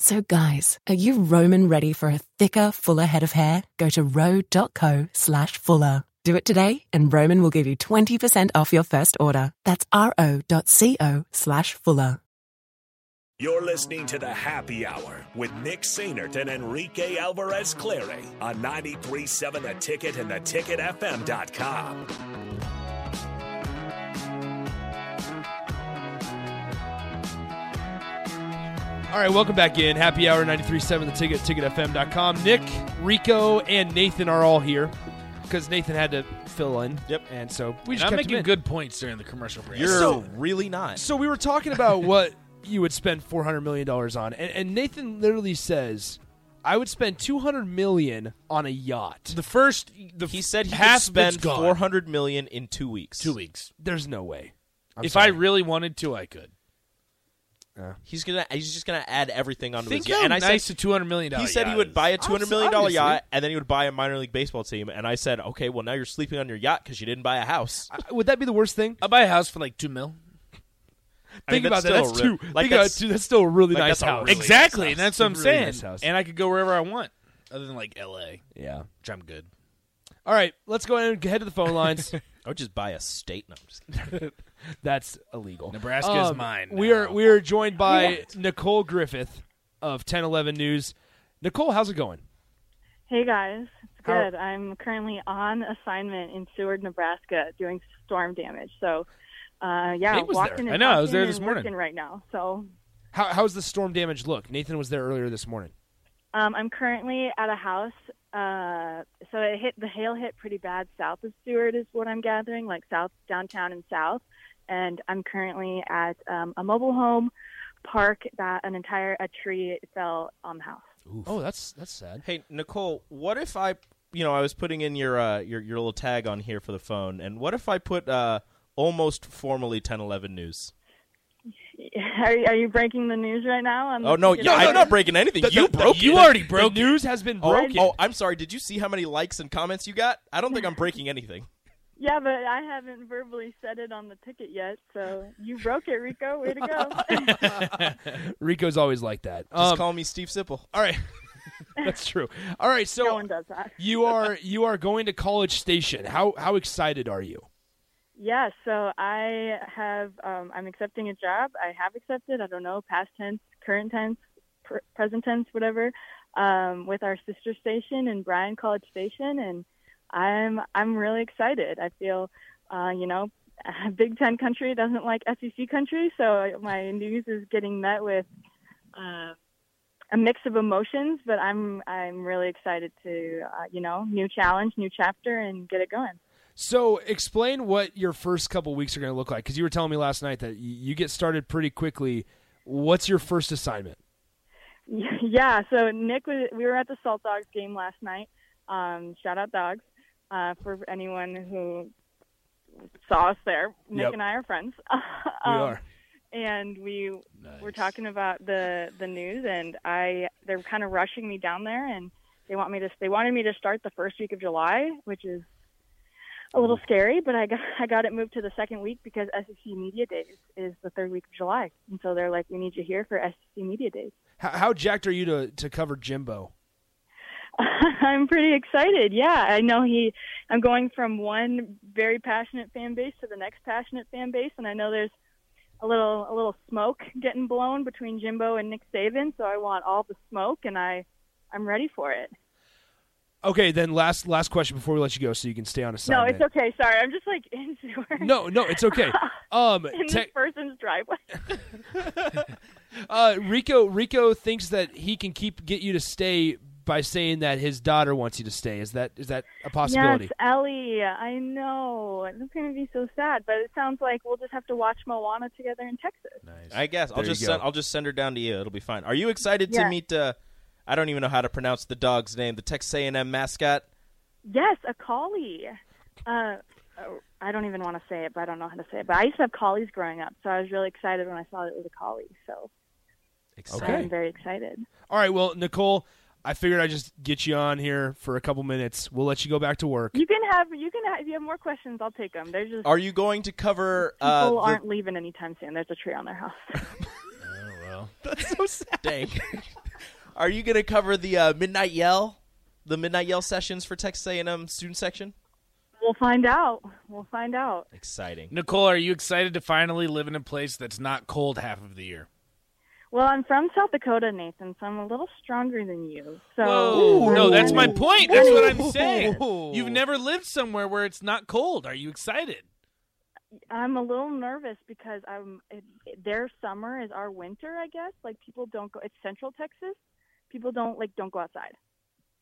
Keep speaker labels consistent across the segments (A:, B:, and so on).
A: So guys, are you Roman ready for a thicker, fuller head of hair? Go to ro.co slash fuller. Do it today and Roman will give you 20% off your first order. That's ro.co slash fuller.
B: You're listening to the Happy Hour with Nick Sainert and Enrique Alvarez Clary on 93.7 The Ticket and theticketfm.com.
C: All right, welcome back in. Happy Hour 93.7, the ticket, ticketfm.com. Nick, Rico, and Nathan are all here because Nathan had to fill in.
D: Yep.
C: And so we just
D: And I'm
C: kept him
D: making
C: in.
D: good points during the commercial break.
E: You're
C: So-
E: really not.
C: So we were talking about what you would spend $400 million on. And, and Nathan literally says, I would spend $200 million on a yacht.
D: the first, the
E: he said he could
D: half of it's
E: spend
D: gone.
E: four hundred million in two weeks.
D: two weeks.
C: There's no way.
D: if I really wanted to, I could.
E: He's gonna. He's just gonna add everything onto
D: Think
E: his.
D: how
E: and I
D: nice
E: said
D: a two hundred million
E: he
D: dollars.
E: said he would buy a two hundred million dollar
C: Obviously.
E: yacht, and then he would buy a minor league baseball team. And I said, okay, well now you're sleeping on your yacht because you didn't buy a house.
C: I- would that be the worst thing?
D: I'll buy a house for like two mil.
E: I mean,
C: Think about
E: that's
C: that.
E: still
C: That's
E: a real-
C: too.
E: Like
C: think about
E: that's,
C: it, too. That's still a really
E: like,
C: nice
E: that's a
C: house.
E: really
D: exactly,
E: nice
D: and that's what I'm
C: Really
D: saying.
C: nice house.
D: and I could go wherever I want, other than like L.A.,
C: yeah.
D: which I'm good.
C: All right, let's go ahead and head to the phone lines.
E: I would just buy a state. No, I'm just kidding.
C: That's illegal. Um,
D: Nebraska is mine
C: We are
D: now.
C: we are joined by Nicole Griffith of 1011 News. Nicole, how's it going?
F: Hey guys, it's
C: How-
F: good. I'm currently on assignment in Seward, Nebraska, doing storm damage. So, uh, yeah,
C: Nate was
F: walking.
D: there.
F: And
D: I know, I was
F: talking
D: there this
F: and
D: morning.
F: working right now. So,
C: How how's the storm damage look? Nathan was there earlier this morning.
F: um, I'm currently at a house. Uh, so it hit the hail hit pretty bad south of Seward, is what I'm gathering, like south downtown and south. And I'm currently at um, a mobile home park that an entire a tree fell on the house.
C: Oh, that's that's sad.
E: Hey Nicole, what if I, you know, I was putting in your uh, your your little tag on here for the phone, and what if I put uh, almost formally ten eleven news?
F: Are, are you breaking the news right now? on the
E: Oh no,
F: ticket
E: yeah, I'm
F: office?
E: not breaking anything. you broke.
C: You
E: it.
C: already broke. The news has been
E: Oh,
C: broken.
E: oh, I'm sorry. Did you see how many likes and comments you got? I don't think I'm breaking anything.
F: Yeah, but I haven't verbally said it on the ticket yet, so you broke it, Rico. Way to go.
C: oh. Rico's always like that.
E: Just
C: Um,
E: call me Steve Sipple.
C: all right, that's true. All right, so
F: no one does that.
C: you are you are going to College Station. How how excited are you?
F: Yeah, so I have, um, I'm accepting a job. I have accepted, I don't know, past tense, current tense, pr- present tense, whatever, um, with our sister station in Bryan College Station. And I'm, I'm really excited. I feel, uh, you know, Big Ten country doesn't like SEC country, so my news is getting met with uh, a mix of emotions. But I'm I'm really excited to uh, you know new challenge, new chapter, and get it going.
C: So, explain what your first couple weeks are going to look like because you were telling me last night that y- you get started pretty quickly. What's your first assignment?
F: Yeah, so Nick was, we were at the Salt Dogs game last night. Um, shout out Dogs uh, for anyone who saw us there. Nick
C: Yep.
F: and I are friends.
C: We
F: Um,
C: are.
F: and we were talking about the the news and I they're kind of rushing me down there and they want me to they wanted me to start the first week of July, which is a little scary, but I got I got it moved to the second week because SEC Media Days is the third week of July. And so they're like we need you here for SEC Media Days.
C: How, how jacked are you to, to cover Jimbo?
F: I'm pretty excited. Yeah, I know he. I'm going from one very passionate fan base to the next passionate fan base, and I know there's a little a little smoke getting blown between Jimbo and Nick Saban. So I want all the smoke, and I I'm ready for it.
C: Okay, then last last question before we let you go, so you can stay on
F: No,
C: assignment.
F: it's okay. Sorry, I'm just like into her.
C: No, no, it's okay. Um,
F: in this
C: tech-
F: person's driveway.
C: uh, Rico Rico thinks that he can keep get you to stay by saying that his daughter wants you to stay. Is that is that a possibility?
F: Yes, Ellie. I know. It's gonna be so sad, but it sounds like we'll just have to watch Moana together in Texas.
E: I guess I'll
C: There you
E: just
C: go.
E: send, I'll just send her down to you. It'll be fine. Are you excited
F: Yeah.
E: to meet? Uh, I don't even know how to pronounce the dog's name. The Texas A&M mascot.
F: Yes, a collie. Uh, oh, I don't even want to say it, but I don't know how to say it. But I used to have collies growing up, so I was really excited when I saw that it was a collie. So I'm
C: Okay.
F: very excited.
C: All right. Well, Nicole, I figured I'd just get you on here for a couple minutes. We'll let you go back to work.
F: You can have. You can. Have, if you have more questions, I'll take them. They're just
E: Are you going to cover? Uh,
F: people
E: the-
F: aren't leaving anytime soon. There's a tree on their house.
E: dang. Are you going to cover the uh, midnight yell? The midnight yell sessions for Texas A&M student section.
F: we'll find out. We'll find out.
E: Exciting.
D: Nicole, are you excited to finally live in a place that's not cold half of the year?
F: Well, I'm from South Dakota, Nathan, so I'm a little stronger than you. So
D: No, that's my point. That's what I'm saying.
E: Whoa.
D: You've never lived somewhere where it's not cold. Are you excited?
F: I'm a little nervous because I'm it, their summer is our winter, I guess. Like people don't go. It's Central Texas. People don't like don't go outside.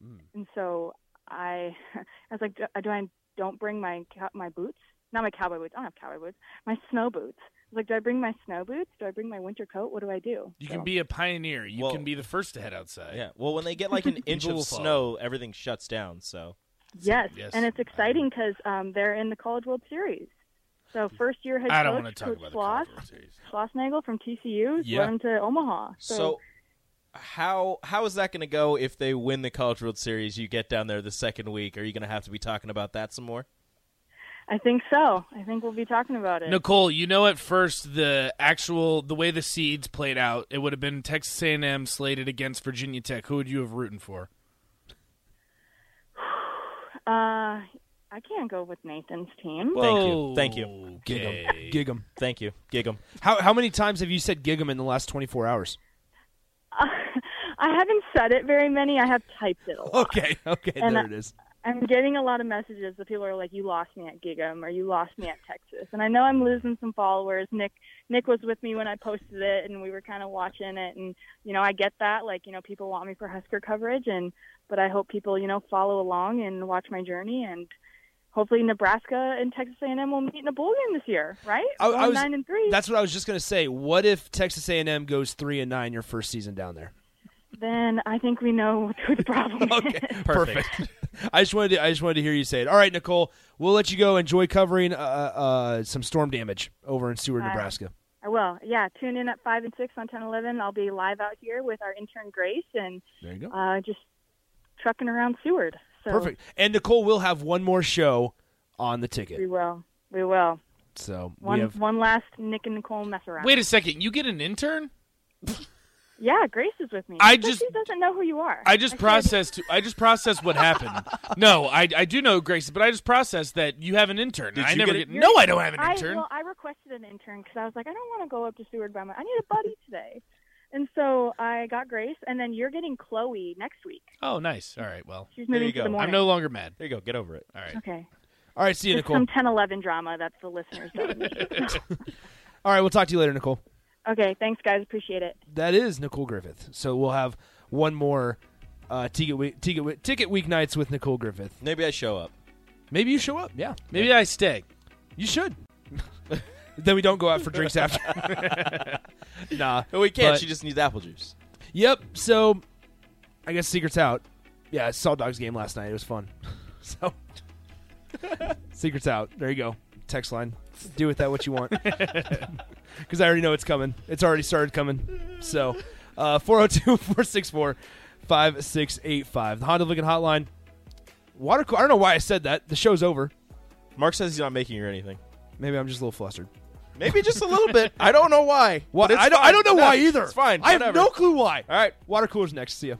D: Hmm.
F: And so I, I was like, do, do I don't bring my cow- my boots? Not my cowboy boots. I don't have cowboy boots. My snow boots. I was like, do I bring my snow boots? Do I bring my winter coat? What do I do?
D: You
F: So-
D: can be a pioneer. You
E: Well-
D: can be the first to head outside.
E: Yeah. Well, when they get like an inch
D: People
E: of
D: will
E: snow, everything shuts down. So
F: Yes,
D: Yes.
F: and it's exciting because um, they're in the College World Series. So first year head
D: I don't
F: coach,
D: want to talk
F: Coach
D: about the
F: Sloss,
D: College World Series.
F: Schlossnagel from TCU,
C: Yeah.
F: yeah. him to Omaha. So,
E: so. How how is that going to go if they win the College World Series? You get down there the second week. Are you going to have to be talking about that some more?
F: I think so. I think we'll be talking about it.
D: Nicole, you know at first the actual the way the seeds played out, it would have been Texas A&M slated against Virginia Tech. Who would you have rooting for?
F: Uh, I can't go with Nathan's team.
E: Thank you. Thank you.
C: Gig 'em.
D: Okay.
C: Gig 'em.
E: Thank you. Gig'em.
C: How how many times have you said gig 'em in the last 24 hours?
F: I haven't said it very many. I have typed it a lot.
C: Okay. Okay.
F: And
C: there
F: I-
C: it is.
F: I'm getting a lot of messages that people are like, "You lost me at Gigam," or "You lost me at Texas," and I know I'm losing some followers. Nick Nick was with me when I posted it, and we were kind of watching it, and you know I get that, like you know people want me for Husker coverage, and but I hope people you know follow along and watch my journey, and hopefully Nebraska and Texas A&M will meet in a bowl game this year, right?
C: I- I
F: Going
C: was-
F: nine and three.
C: That's what I was just gonna say. What if Texas A&M goes three and nine your first season down there?
F: Then I think we know who the problem is.
C: Perfect. I just wanted to, I just wanted to hear you say it. All right, Nicole, we'll let you go. Enjoy covering uh, uh, some storm damage over in Seward,
F: All right.
C: Nebraska.
F: I will. Yeah, tune in at five and six on ten eleven. I'll be live out here with our intern Grace and
C: There you go.
F: uh, just trucking around Seward. So
C: Perfect. And Nicole will have one more show on the
F: We
C: ticket.
F: will. We will.
C: So
F: One
C: we have
F: one last Nick and Nicole mess around.
D: Wait a second. You get an intern?
F: Yeah, Grace is with me.
D: I
F: But
D: just-
F: she doesn't know who you are.
D: I just
F: should-
D: processed. I just processed what happened. No, I, I do know Grace, but I just processed that you have an intern.
E: Did
D: I
E: you
D: never
E: get
D: get.
E: a-
D: no, I don't have an
F: I,
D: intern.
F: well, I requested an intern because I was like, I don't want to go up to Seward by my. I need a buddy today, and so I got Grace, and then you're getting Chloe next week.
D: oh, nice. All right. Well,
F: She's
E: There
F: moving
E: you
F: to the
E: go.
D: I'm
F: morning.
D: no longer mad.
E: There you go. Get over it.
D: All right.
F: okay.
C: All right, see you,
F: Just
C: Nicole.
F: some ten eleven drama that's the listeners don't need.
C: All right, we'll talk to you later, Nicole.
F: okay, thanks guys, appreciate it.
C: That is Nicole Griffith. So we'll have one more uh, ticket week, ticket week, ticket weeknights with Nicole Griffith.
E: Maybe I show up.
C: Maybe you show up. Yeah,
D: Maybe I stay.
C: you should. then we don't go out for drinks after. nah,
E: No, we can't.
C: But-
E: she just needs apple juice.
C: Yep. So, I guess secrets out. Yeah, I saw Dogs game last night. It was fun. so, secrets out. There you go. Text line. Do with that what you want. Because I already know it's coming. It's already started coming. So, uh, 402 464 5685. The Honda Lincoln Hotline. Water cool. I don't know why I said that. The show's over.
E: Mark says he's not making her anything.
C: Maybe I'm just a little flustered.
E: Maybe just a little bit. I don't know why.
C: Why
E: but it's
C: I don't. I
E: fine.
C: don't know
E: No,
C: why either.
E: It's fine.
C: I have
E: Whatever.
C: no clue why.
E: All right.
C: Water cooler's next. See ya.